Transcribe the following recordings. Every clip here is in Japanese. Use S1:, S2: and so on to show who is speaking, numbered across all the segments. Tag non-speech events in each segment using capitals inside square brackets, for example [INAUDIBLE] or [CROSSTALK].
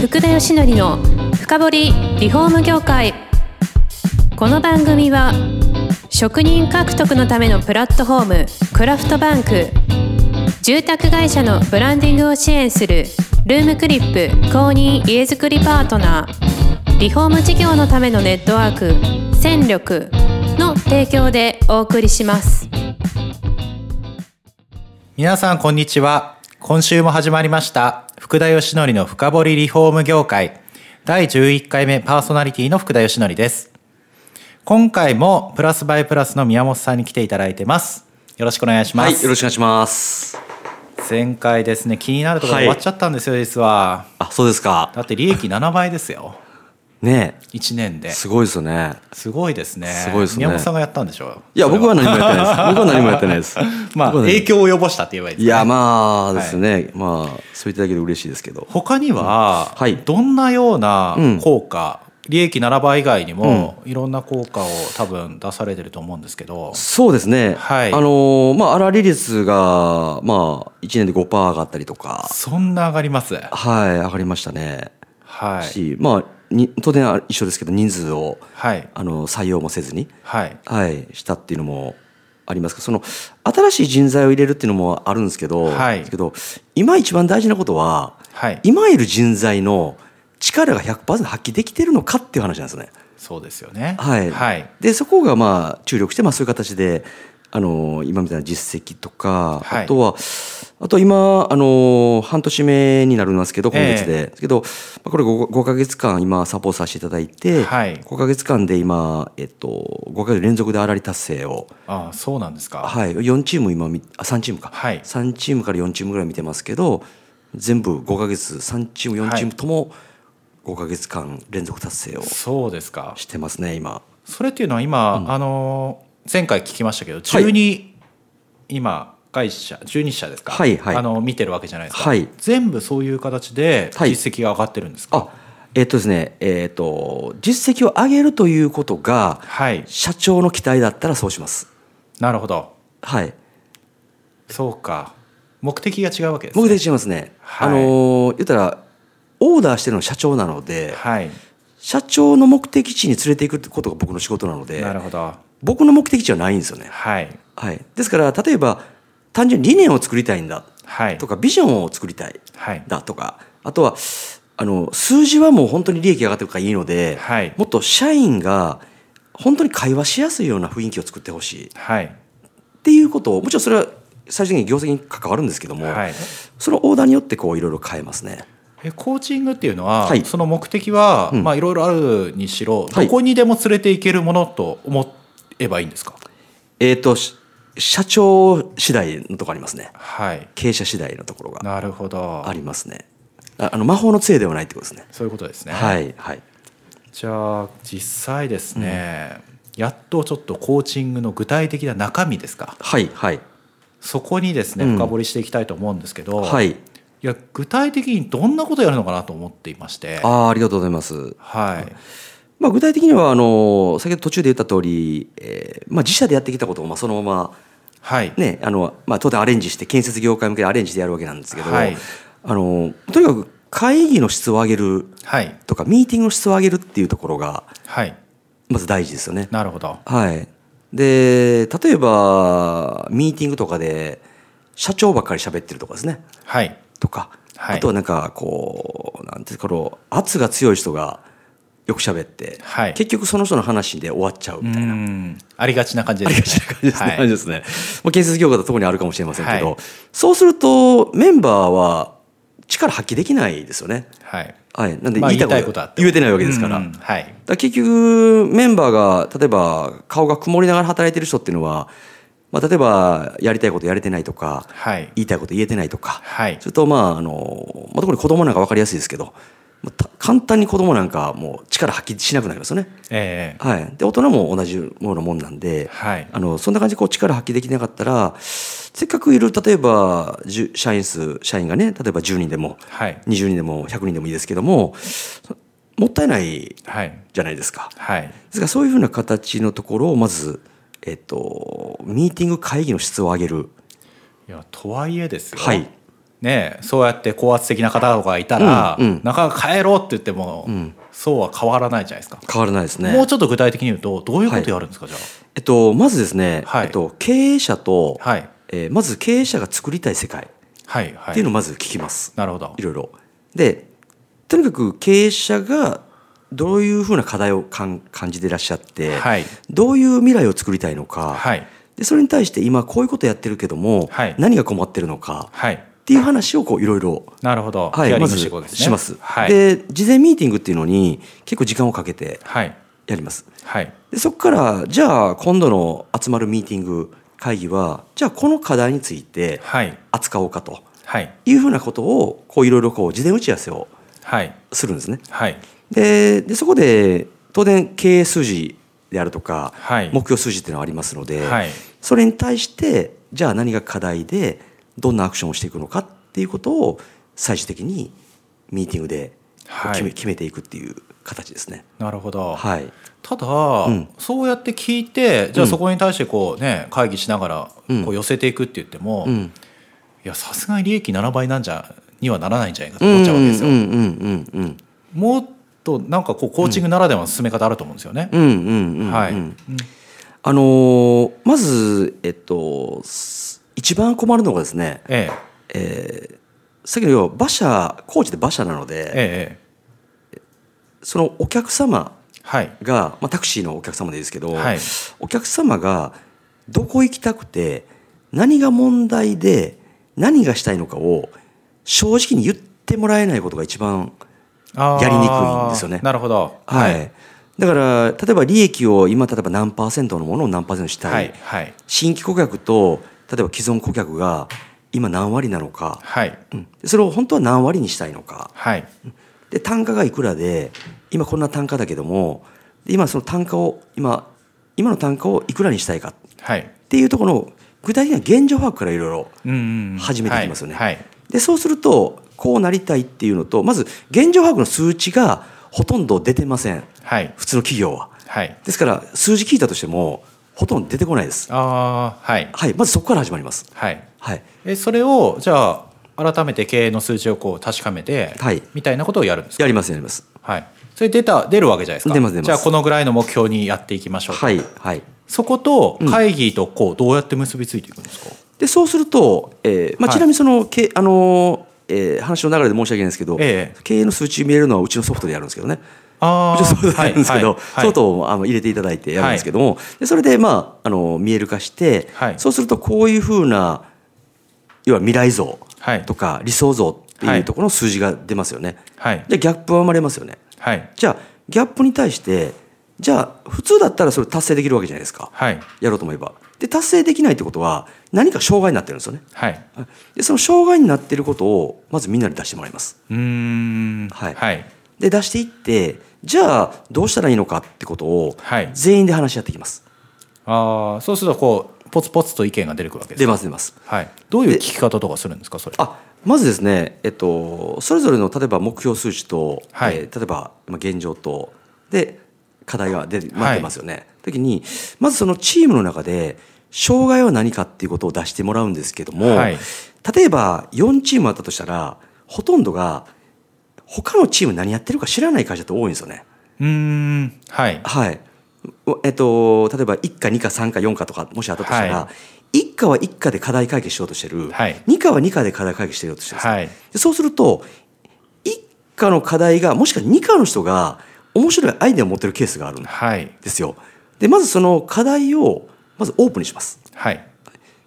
S1: 福田義則の深掘りリフォーム業界この番組は職人獲得のためのプラットフォームクラフトバンク住宅会社のブランディングを支援するルームクリップ公認家づくりパートナーリフォーム事業のためのネットワーク戦力の提供でお送りします
S2: 皆さんこんにちは今週も始まりました福田義則の深掘りリフォーム業界第11回目パーソナリティの福田義則です今回もプラスバイプラスの宮本さんに来ていただいてますよろしくお願いしま
S3: はい、
S2: す、
S3: よろしくお願いします。
S2: 前回ですね気になるところ
S3: はい
S2: 終わっちゃったんですよ、実は
S3: あ、そうですか。
S2: だって利益7倍ですよ
S3: ね
S2: 1年
S3: え
S2: です
S3: ごいですよね。
S2: すごいですね
S3: すごいですね
S2: 宮本さんがやったんでしょ
S3: いや、
S2: それ
S3: 僕
S2: は
S3: は何もやってないです。僕は何もやってない [LAUGHS] です。
S2: まあ
S3: 僕は何も
S2: 影響を及ぼしたって言えばいいです
S3: い
S2: ね
S3: や、まあですね。まあ、そう言っただけで嬉しいですけど。
S2: 他には、
S3: うんはい
S2: どんなような
S3: うん
S2: 効果、利益7倍以外にも、いろんな効果を多分出されてると思うんですけど、
S3: そうですね。
S2: はい
S3: あのーまあ、粗利率が、まあ、1年で5%上がったりとか、
S2: そんな上がります。
S3: はい、上がりましたね。
S2: はい。
S3: し、まあ、に当然あ一緒ですけど、人数を、
S2: はい。
S3: あの、採用もせずに、
S2: はい。
S3: はい、したっていうのもありますけどその新しい人材を入れるっていうのもあるんですけど,、
S2: はい
S3: けど今一番大事なことは
S2: はい。
S3: 今いる人材の力が100%発揮できてるのかっていう話なんですね。
S2: そうですよね。
S3: はい
S2: はい。
S3: でそこがまあ注力して、まあ、そういう形で、あの今みたいな実績とか、
S2: はい
S3: あとはあとは今、あの半年目になるんですけど今月で、けど、まあ、これ 5, 5ヶ月間今サポートさせていただいて、
S2: はい
S3: 5ヶ月間で今、えっと、5ヶ月連続であらり達成を
S2: ああ、そうなんですか。
S3: はい、4チーム今みあ3チームか、
S2: はい
S3: 3チームから4チームぐらい見てますけど全部5か月3チーム4チームとも5か月間連続達成を
S2: そうですか。
S3: してますね今
S2: それっていうのは今、あのー前回聞きましたけど、12、今、会社12社ですか、
S3: はいはい
S2: あの見てるわけじゃないですか、
S3: はい
S2: 全部そういう形で
S3: はい
S2: 実績が上がってるんですか、
S3: あえっとですねえっと実績を上げるということが
S2: はい、
S3: 社長の期待だったらそうします
S2: なるほど
S3: はい
S2: そうか目的が違うわけです、ね、
S3: 僕で違いますね、
S2: はい
S3: あの言ったらオーダーしてるのは社長なので
S2: はい
S3: 社長の目的地に連れていくってことが僕の仕事なので
S2: なるほど
S3: 僕の目的地はないんですよね
S2: はい
S3: はい、ですから例えば単純に理念を作りたいんだ
S2: はい
S3: とかビジョンを作りたい
S2: はい
S3: だとかあとはあの数字はもう本当に利益上がってるからいいので、
S2: はい
S3: もっと社員が本当に会話しやすいような雰囲気を作ってほしいっ
S2: はい
S3: ていうことをもちろんそれは最終的に業績に関わるんですけども、
S2: はい
S3: そのオーダーによってこういろいろ変えますね。
S2: えコーチングっていうのは、
S3: はい
S2: その目的は、
S3: うん
S2: まあいろいろあるにしろ
S3: は
S2: ど
S3: い
S2: こにでも連れていけるものと思えばいいんですか
S3: えっ、とし社長次第のところありますね
S2: はい
S3: 経営者次第のところが
S2: なるほど
S3: ありますねああの魔法の杖ではないってことですね
S2: そういうことですね、
S3: はいはい
S2: じゃあ実際ですね、やっとちょっとコーチングの具体的な中身ですか
S3: はいはい
S2: そこにですね
S3: うん
S2: 深掘りしていきたいと思うんですけど、
S3: はい
S2: いや具体的にどんなことやるのかなと思っていまして
S3: あーありがとうございます。
S2: はい
S3: まあ、具体的にはあの先ほど途中で言った通り、えーまあ、自社でやってきたことをまあそのまま、
S2: はい、
S3: ねあのまあ、当然アレンジして建設業界向けにアレンジでやるわけなんですけど、
S2: はい
S3: あのとにかく会議の質を上げる
S2: はい
S3: とかミーティングの質を上げるっていうところが
S2: はい
S3: まず大事ですよね。
S2: なるほど
S3: はい、で例えばミーティングとかで社長ばっかり喋ってるとかですね
S2: はい
S3: とか、
S2: はい
S3: あとはなんかこうなんていうかこう圧が強い人がよく喋って、
S2: はい
S3: 結局その人の話で終わっちゃうみたいな。
S2: うんありがちな感じですね
S3: 感じですね。
S2: はい
S3: [LAUGHS] 感じですねまあ、建設業界だと特にあるかもしれませんけど、
S2: はい
S3: そうするとメンバーは力発揮できないですよね。
S2: はい
S3: はい、なんで
S2: まあ
S3: 言いた
S2: 言いたい
S3: い
S2: こ
S3: ことと
S2: あって
S3: 言えてないわけですから。
S2: う
S3: だ
S2: ん
S3: か
S2: はい
S3: ら結局メンバーが例えば顔が曇りながら働いてる人っていうのは、まあ、例えばやりたいことやれてないとか
S2: はい
S3: 言いたいこと言えてないとか、
S2: はい
S3: それとまああの、まあ、特に子供なんか分かりやすいですけど、まあた簡単に子供なんかもう力発揮しなくなりますよね。
S2: ええ
S3: はい、で大人も同じようなもんなんで、
S2: はい
S3: あのそんな感じでこう力発揮できなかったらせっかくいる例えば10社員数社員がね例えば10人でも
S2: はい
S3: 20人でも100人でもいいですけどもそもったいない
S2: はい
S3: じゃないですか。
S2: はい
S3: ですからそういうふうな形のところをまず、えっと、ミーティング会議の質を上げる。
S2: いやとはいえですよ、
S3: はい
S2: ね、そうやって高圧的な方がいたら、
S3: うんうん
S2: なかなか帰ろうって言っても、そうは変わらないじゃないですか、
S3: 変わらないですね。
S2: もうちょっと具体的に言うとどういうことやるんですか、じゃ
S3: えっと、まずですね、
S2: はい
S3: えっと、経営者と、
S2: あはい
S3: えーまず経営者が作りたい世界っ
S2: はいはい
S3: ていうのをまず聞きます。
S2: なるほど
S3: いろいろ。で、とにかく経営者がどういうふうな課題をかん感じていらっしゃって、
S2: はい
S3: どういう未来を作りたいのか、
S2: はい
S3: でそれに対して今こういうことやってるけども、
S2: はい
S3: 何が困ってるのか
S2: はい
S3: っていう話をこういろいろ、
S2: なるほど、
S3: は
S2: ヒア
S3: い、
S2: リン
S3: ま
S2: グ
S3: ず
S2: ていくわけね
S3: します、
S2: はい
S3: で事前ミーティングっていうのに結構時間をかけて
S2: はい
S3: やります
S2: はい
S3: でそこからじゃあ今度の集まるミーティング会議はじゃあこの課題について
S2: はい
S3: 扱おうかと
S2: はい
S3: いうふうなことをこういろいろこう事前打ち合わせを
S2: はい
S3: するんですね
S2: はい
S3: ででそこで当然経営数字であるとか、
S2: はい
S3: 目標数字っていうのはありますので、
S2: はい
S3: それに対してじゃあ何が課題でどんなアクションをしていくのかっていうことを最終的にミーティングで
S2: はい
S3: 決め,、決めていくっていう形ですね。
S2: なるほど、
S3: はい、
S2: ただ、
S3: ん
S2: そうやって聞いてじゃあ
S3: うん
S2: そこに対してこう、ね、会議しながら
S3: うん
S2: こう寄せていくって言っても、
S3: う
S2: い
S3: ん
S2: やさすがに利益7倍なんじゃにはならないんじゃないかと思っちゃうわけですよ。
S3: うんうんうん
S2: もっとなんかこうコーチングならではの進め方あると思うんですよね。
S3: うんうんうんうん
S2: はい、
S3: うんあのーまず、えっと、す一番困るのがですね、
S2: ええ
S3: えーさっきの要は馬車コーチで馬車なので、
S2: ええ
S3: そのお客様
S2: はい
S3: が、まあ、タクシーのお客様でいいですけど、
S2: はい
S3: お客様がどこ行きたくて何が問題で何がしたいのかを正直に言ってもらえないことが一番
S2: あー
S3: やりにくいんですよね
S2: なるほど。
S3: はい、だから例えば利益を今例えば何パーセントのものを何パーセントにしたい、
S2: はいはい
S3: 新規顧客と例えば既存顧客が今何割なのか、
S2: はい
S3: うんでそれを本当は何割にしたいのか
S2: はい
S3: で単価がいくらで今こんな単価だけどもで今その単価を今今の単価をいくらにしたいか
S2: はい。
S3: っていうところの具体的な現状把握からいろいろ
S2: うんうんうん
S3: 始めていきますよね。
S2: はいはい
S3: でそうするとこうなりたいっていうのとまず現状把握の数値がほとんど出てません
S2: はい
S3: 普通の企業は。
S2: はい
S3: ですから数字聞いたとしてもほとんど出てこないです。
S2: あーはい
S3: はい、まずそこから始まります。
S2: はい。
S3: はい、
S2: えそれをじゃあ改めて経営の数値をこう確かめて、
S3: はい
S2: みたいなことをやるんですか
S3: やりますやります。
S2: はいそれ出た出るわけじゃないですか
S3: 出ます出ます
S2: じゃあこのぐらいの目標にやっていきましょう、
S3: はいはい。
S2: そこと会議とこうどうやって結びついていくんですか、
S3: でそうすると、えーまあ、
S2: はい
S3: ちなみにその、けあのーえー話の流れで申し訳ないんですけど、
S2: ええ
S3: 経営の数値見えるのはうちのソフトでやるんですけどね。
S2: あ
S3: う
S2: あ
S3: ちのソフトでやるんですけど、
S2: はい
S3: ソフトをあの入れていただいてやるんですけども、でそれで、まあ、あの見える化して、
S2: はい
S3: そうするとこういうふうな要は未来像
S2: はい
S3: とか理想像って
S2: はいいう
S3: ところの数字が出ますよね。
S2: はい
S3: でギャップは生まれますよね。
S2: はい
S3: じゃあギャップに対してじゃあ普通だったらそれ達成できるわけじゃないですか。
S2: はい
S3: やろうと思えば。で達成できないってことは何か障害になってるんですよね。
S2: はい
S3: でその障害になっていることをまずみんなに出してもらいます。
S2: うーん
S3: はい
S2: はい
S3: で出していってじゃあどうしたらいいのかってことを
S2: はい
S3: 全員で話し合っていきます。
S2: ああそうするとこうポツポツと意見が出てくるわけです
S3: 出
S2: か
S3: ます出ます。
S2: はいどういう聞き方とかするんですかそれ
S3: あまずですね、えっと、それぞれの例えば目標数値と、
S2: はい
S3: えー例えばまあ現状とで課題が出て待ってますよね。時にまずそのチームの中で障害は何かっていうことを出してもらうんですけども、
S2: はい
S3: 例えば4チームあったとしたらほとんどが他のチーム何やってるか知らない会社って多いんですよね。
S2: うーんはい
S3: はい。えっと、例えば1課、2課、3課、4課とか、もしあったとしたら、
S2: は
S3: 一1課は1課で課題解決しようとしてる、
S2: はい
S3: 2課は2課で課題解決しようとしてるんですね、
S2: はい
S3: でそうすると、1課の課題が、もしくは2課の人が、面白いアイデアを持ってるケースがあるんで
S2: はい
S3: すよ。で、まずその課題を、まずオープンにします。
S2: はい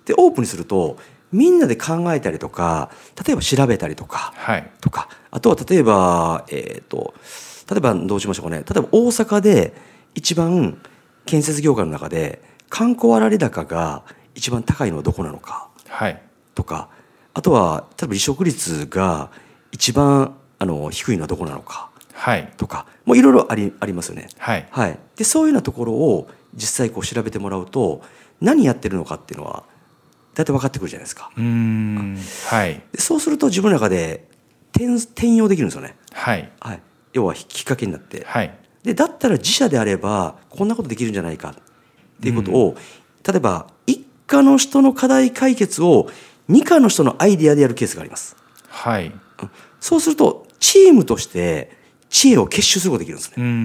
S3: で、オープンにすると、みんなで考えたりとか、例えば調べたりとか、
S2: はい
S3: とか、あとは例えば、えっ、と、例えばどうしましょうかね。例えば大阪で一番建設業界の中で観光あられ高が一番高いのはどこなのか
S2: はい
S3: とか、あとは例えば離職率が一番あの低いのはどこなのか
S2: はい
S3: とか、もういろいろありありますよね。
S2: はい
S3: はい。で、そういうようなところを実際こう調べてもらうと、何やってるのかっていうのは大体分かってくるじゃないですか。
S2: うーんはい
S3: でそうすると自分の中で転転用できるんですよね。
S2: はい
S3: はい、要はきっかけになって、
S2: はい
S3: でだったら自社であればこんなことできるんじゃないかっていうことを、例えば一課の人の課題解決を二課の人のアイディアでやるケースがあります。
S2: はい
S3: そうするとチームとして知恵を結集することができるんですね
S2: うんうんうん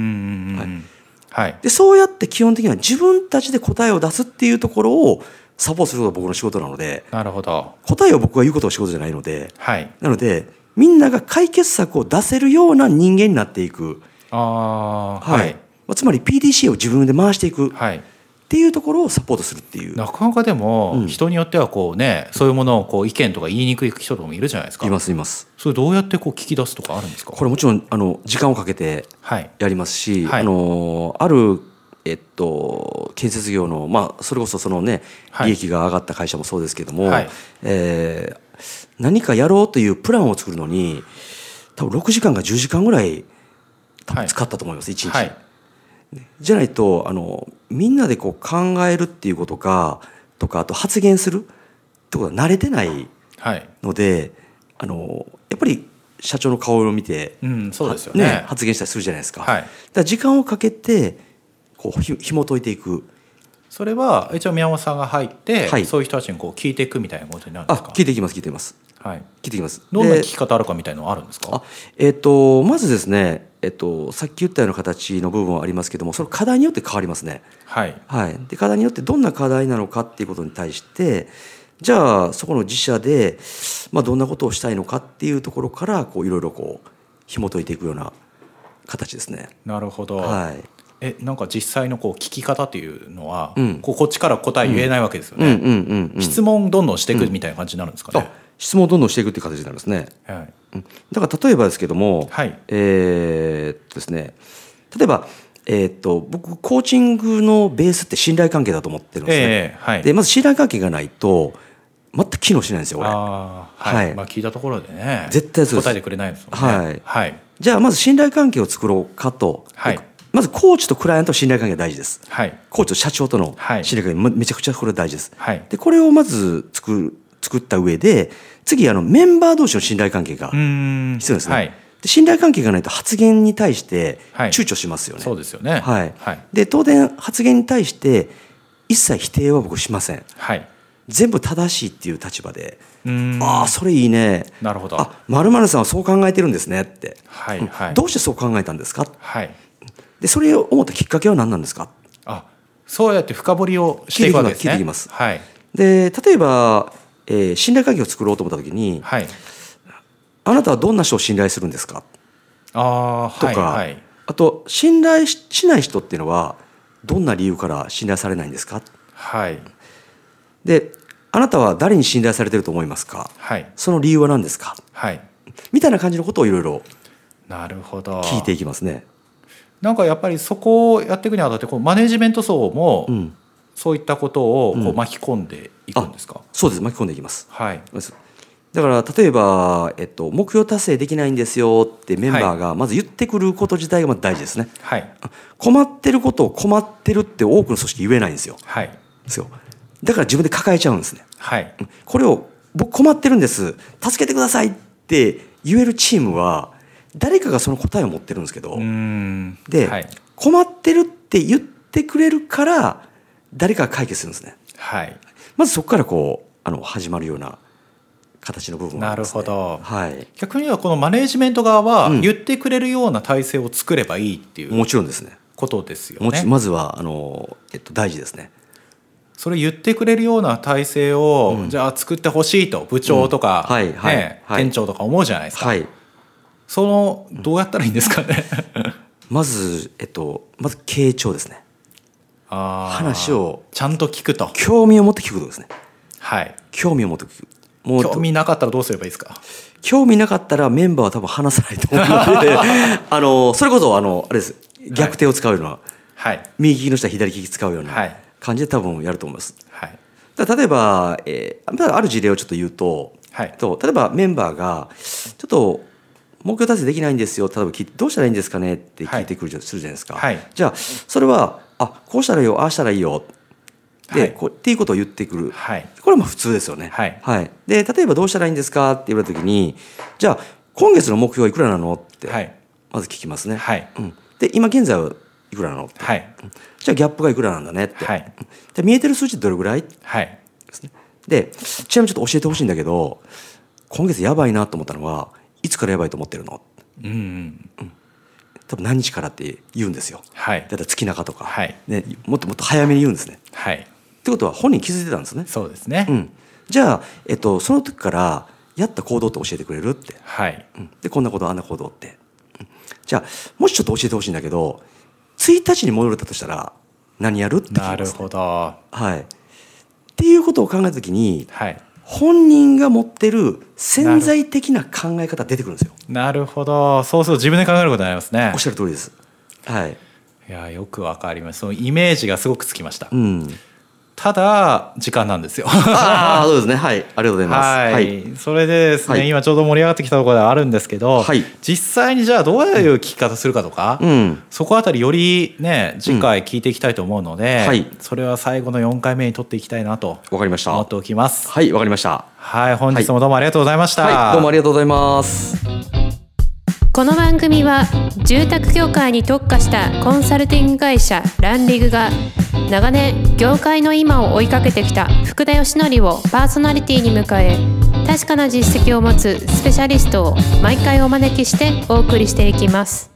S2: うんはい
S3: でそうやって基本的には自分たちで答えを出すっていうところをサポートするのが僕の仕事なので
S2: なるほど
S3: 答えを僕が言うことが仕事じゃないので
S2: はい
S3: なのでみんなが解決策を出せるような人間になっていく、
S2: あーはい
S3: まあつまり PDCA を自分で回していくっ
S2: はい
S3: ていうところをサポートするっていう、
S2: なかなかでも、
S3: うん
S2: 人によってはこうねそういうものをこう意見とか言いにくい人とかもいるじゃないですか
S3: いますいます
S2: それどうやってこう聞き出すとかあるんですか
S3: これもちろんあの時間をかけて
S2: はい
S3: やりますし、
S2: はい
S3: あのあるえっと、建設業の、まあ、それこそその、ね
S2: はい
S3: 利益が上がった会社もそうですけども、
S2: はい
S3: えー何かやろうというプランを作るのに多分6時間か10時間ぐらい多
S2: は
S3: 分
S2: い
S3: 使ったと思います、一日、
S2: はい
S3: じゃないとあのみんなでこう考えるっていうことかとかあと発言するってことは慣れてない
S2: はい
S3: のであのやっぱり社長の顔を見て、
S2: うんそうですよね
S3: 発言したりするじゃないですか,、
S2: はい
S3: だから時間をかけてこうひ紐解いていく
S2: それは一応宮本さんが入って、
S3: はい
S2: そういう人たちにこう聞いていくみたいなことになるんです
S3: あ
S2: か
S3: 聞いていきます聞いています
S2: はい
S3: 聞いていきます
S2: どんな
S3: で
S2: 聞き方あるかみたいなのはあるんですか
S3: あえっ、とまずですねえっと、さっき言ったような形の部分はありますけどもその課題によって変わりますね、
S2: はい
S3: はい、で課題によってどんな課題なのかっていうことに対してじゃあそこの自社で、まあ、どんなことをしたいのかっていうところからこういろいろこう紐解いていくような形ですね。
S2: なるほど、
S3: はい
S2: えなんか実際のこう聞き方っていうのは、
S3: うん
S2: こうこっちから答え言えないわけですよ
S3: うん
S2: ね、
S3: うんうんうん、
S2: 質問どんどんしていくみたいな感じになるんですか
S3: あ
S2: ね、
S3: 質問をどんどんしていくっていう形になりますね。
S2: はい
S3: うんだから例えばですけども、
S2: はい
S3: えーっとですね、例えば、えーっと僕コーチングのベースって信頼関係だと思ってるんですね。
S2: ええはい
S3: でまず信頼関係がないと全く機能しないんですよ。俺
S2: ああはい、
S3: はい
S2: まあ聞いたところでね
S3: 絶対そうです
S2: 答えてくれないですもんね
S3: はい
S2: はい
S3: じゃあまず信頼関係を作ろうかと、
S2: はい
S3: まずコーチとクライアントの信頼関係が大事です。
S2: はい
S3: コーチと社長との
S2: はい
S3: 信頼関係めめちゃくちゃこれ大事です。
S2: はい
S3: でこれをまず作る作った上で次あのメンバー同士の信頼関係が
S2: うーん
S3: 必要ですね、
S2: はい
S3: で信頼関係がないと発言に対して
S2: はい
S3: 躊躇しますよね、
S2: そうですよね
S3: はい
S2: はい
S3: で当然発言に対して一切否定は僕しません
S2: はい
S3: 全部正しいっていう立場で、
S2: うーん
S3: ああそれいいね
S2: なるほど
S3: あまるさんはそう考えてるんですねって、
S2: はい
S3: うん
S2: はい
S3: どうしてそう考えたんですか
S2: はい
S3: でそれを思ったきっかけは何なんですか
S2: あそうやって深掘りをしていくわけですね
S3: 聞いていきます聞
S2: はい
S3: で例えば、えー信頼関係を作ろうと思った時に、
S2: はい
S3: あなたはどんな人を信頼するんですか
S2: ああー
S3: と
S2: はい
S3: か、
S2: はい
S3: あと信頼ししない人っていうのはどんな理由から信頼されないんですか
S2: はい
S3: であなたは誰に信頼されてると思いますか
S2: はい
S3: その理由は何ですか
S2: はい
S3: みたいな感じのことをいろいろ
S2: なるほど
S3: 聞いていきますね。
S2: なんかやっぱりそこをやっていくにあたってこうマネジメント層も
S3: うん、
S2: そういったことをこ
S3: う
S2: うん巻き込んでいくんですか、
S3: そうです巻き込んでいきます。
S2: はい
S3: だから例えば、えっと、目標達成できないんですよってメンバーがまず言ってくること自体がまず大事ですね。
S2: はい
S3: 困ってることを困ってるって多くの組織言えないんですよ。
S2: はい
S3: ですよだから自分で抱えちゃうんですね。
S2: はい
S3: これを僕困ってるんです助けてくださいって言えるチームは誰かがその答えを持ってるんですけど、
S2: うーん
S3: で、
S2: はい
S3: 困ってるって言ってくれるから誰かが解決するんですね
S2: はい
S3: まずそこからこうあの始まるような形の部分はありますね
S2: なるほど
S3: はい
S2: 逆にはこのマネジメント側は
S3: うん
S2: 言ってくれるような体制を作ればいいっていう
S3: もちろんですね
S2: ことですよ
S3: も
S2: ね
S3: ち。まずはあの、えっと、大事ですね
S2: それ言ってくれるような体制を、
S3: うん
S2: じゃあ作ってほしいと部長とか、
S3: うんはいはい
S2: ね
S3: はい
S2: 店長とか思うじゃないですか、
S3: はい
S2: そのどうやったらいいんですかね
S3: まずえっとまず傾聴ですね
S2: あー
S3: 話を
S2: ちゃんと聞くと、
S3: 興味を持って聞くことですね
S2: はい、
S3: 興味を持って聞くもう
S2: 興味なかったらどうすればいいですか
S3: 興味なかったらメンバーは多分話さないと思う
S2: [LAUGHS]
S3: のであのそれこそあのあれです逆手を使うような、
S2: はい
S3: 右利きの人は左利き使うよう
S2: は
S3: ない感じで多分やると思います。
S2: はい
S3: だから例えば、えーまあある事例をちょっと言うと,、
S2: はい
S3: と例えばメンバーがちょっと目標達成できないんですよ例えば聞いてどうしたらいいんですかねって聞いてくるじゃ、するじゃないですか、
S2: はい
S3: じゃあそれはあこうしたらいいよああしたらいいよで、
S2: はい
S3: こうっていうことを言ってくる、
S2: はい
S3: これはまあ普通ですよね。
S2: はい
S3: で例えばどうしたらいいんですかって言われた時にじゃあ今月の目標はいくらなのって、
S2: はい
S3: まず聞きますね。
S2: はい
S3: うん、で今現在はいくらなのって
S2: はい
S3: じゃあギャップがいくらなんだねって、
S2: はい
S3: で見えてる数字ってどれぐらい
S2: はい
S3: でちなみにちょっと教えてほしいんだけど今月やばいなと思ったのはいつからやばいと思ってるの
S2: うんうん
S3: 多分何日からって言うんですよ
S2: はい
S3: だいたい月中とか、
S2: はい
S3: ね、もっともっと早めに言うんですね
S2: はい
S3: ってことは本人気づいてたんですね、
S2: そうですね、
S3: うん、じゃあ、えっと、その時からやった行動って教えてくれるって、
S2: はい
S3: うん、でこんなことあんな行動って、うんじゃあもしちょっと教えてほしいんだけど1日に戻れたとしたら何やるって聞きます
S2: なるほどは
S3: はい、っていうことを考えた時に
S2: い
S3: 本人が持ってる潜在的な考え方出てくるんですよ
S2: なるほどそうすると自分で考えることになりますね
S3: おっしゃる通りですはい、
S2: いやよくわかりますそのイメージがすごくつきました、 [LAUGHS]
S3: うん、
S2: ただ時間なんですよ
S3: ああそうですねはいありがとうございます
S2: はい、それでですね、
S3: はい
S2: 今ちょうど盛り上がってきたところではあるんですけど、
S3: はい
S2: 実際にじゃあどういう聞き方するかとか、
S3: うん
S2: そこあたりよりね次回聞いていきたいと思うので、
S3: うんはい
S2: それは最後の4回目に取っていきたいなと
S3: わかりました
S2: 思って
S3: は
S2: おきます
S3: いわかりました
S2: はい本日もどうもありがとうございました、
S3: はいどうもありがとうございます
S1: この番組は住宅業界に特化したコンサルティング会社ランリグが長年業界の今を追いかけてきた福田義則をパーソナリティに迎え確かな実績を持つスペシャリストを毎回お招きしてお送りしていきます。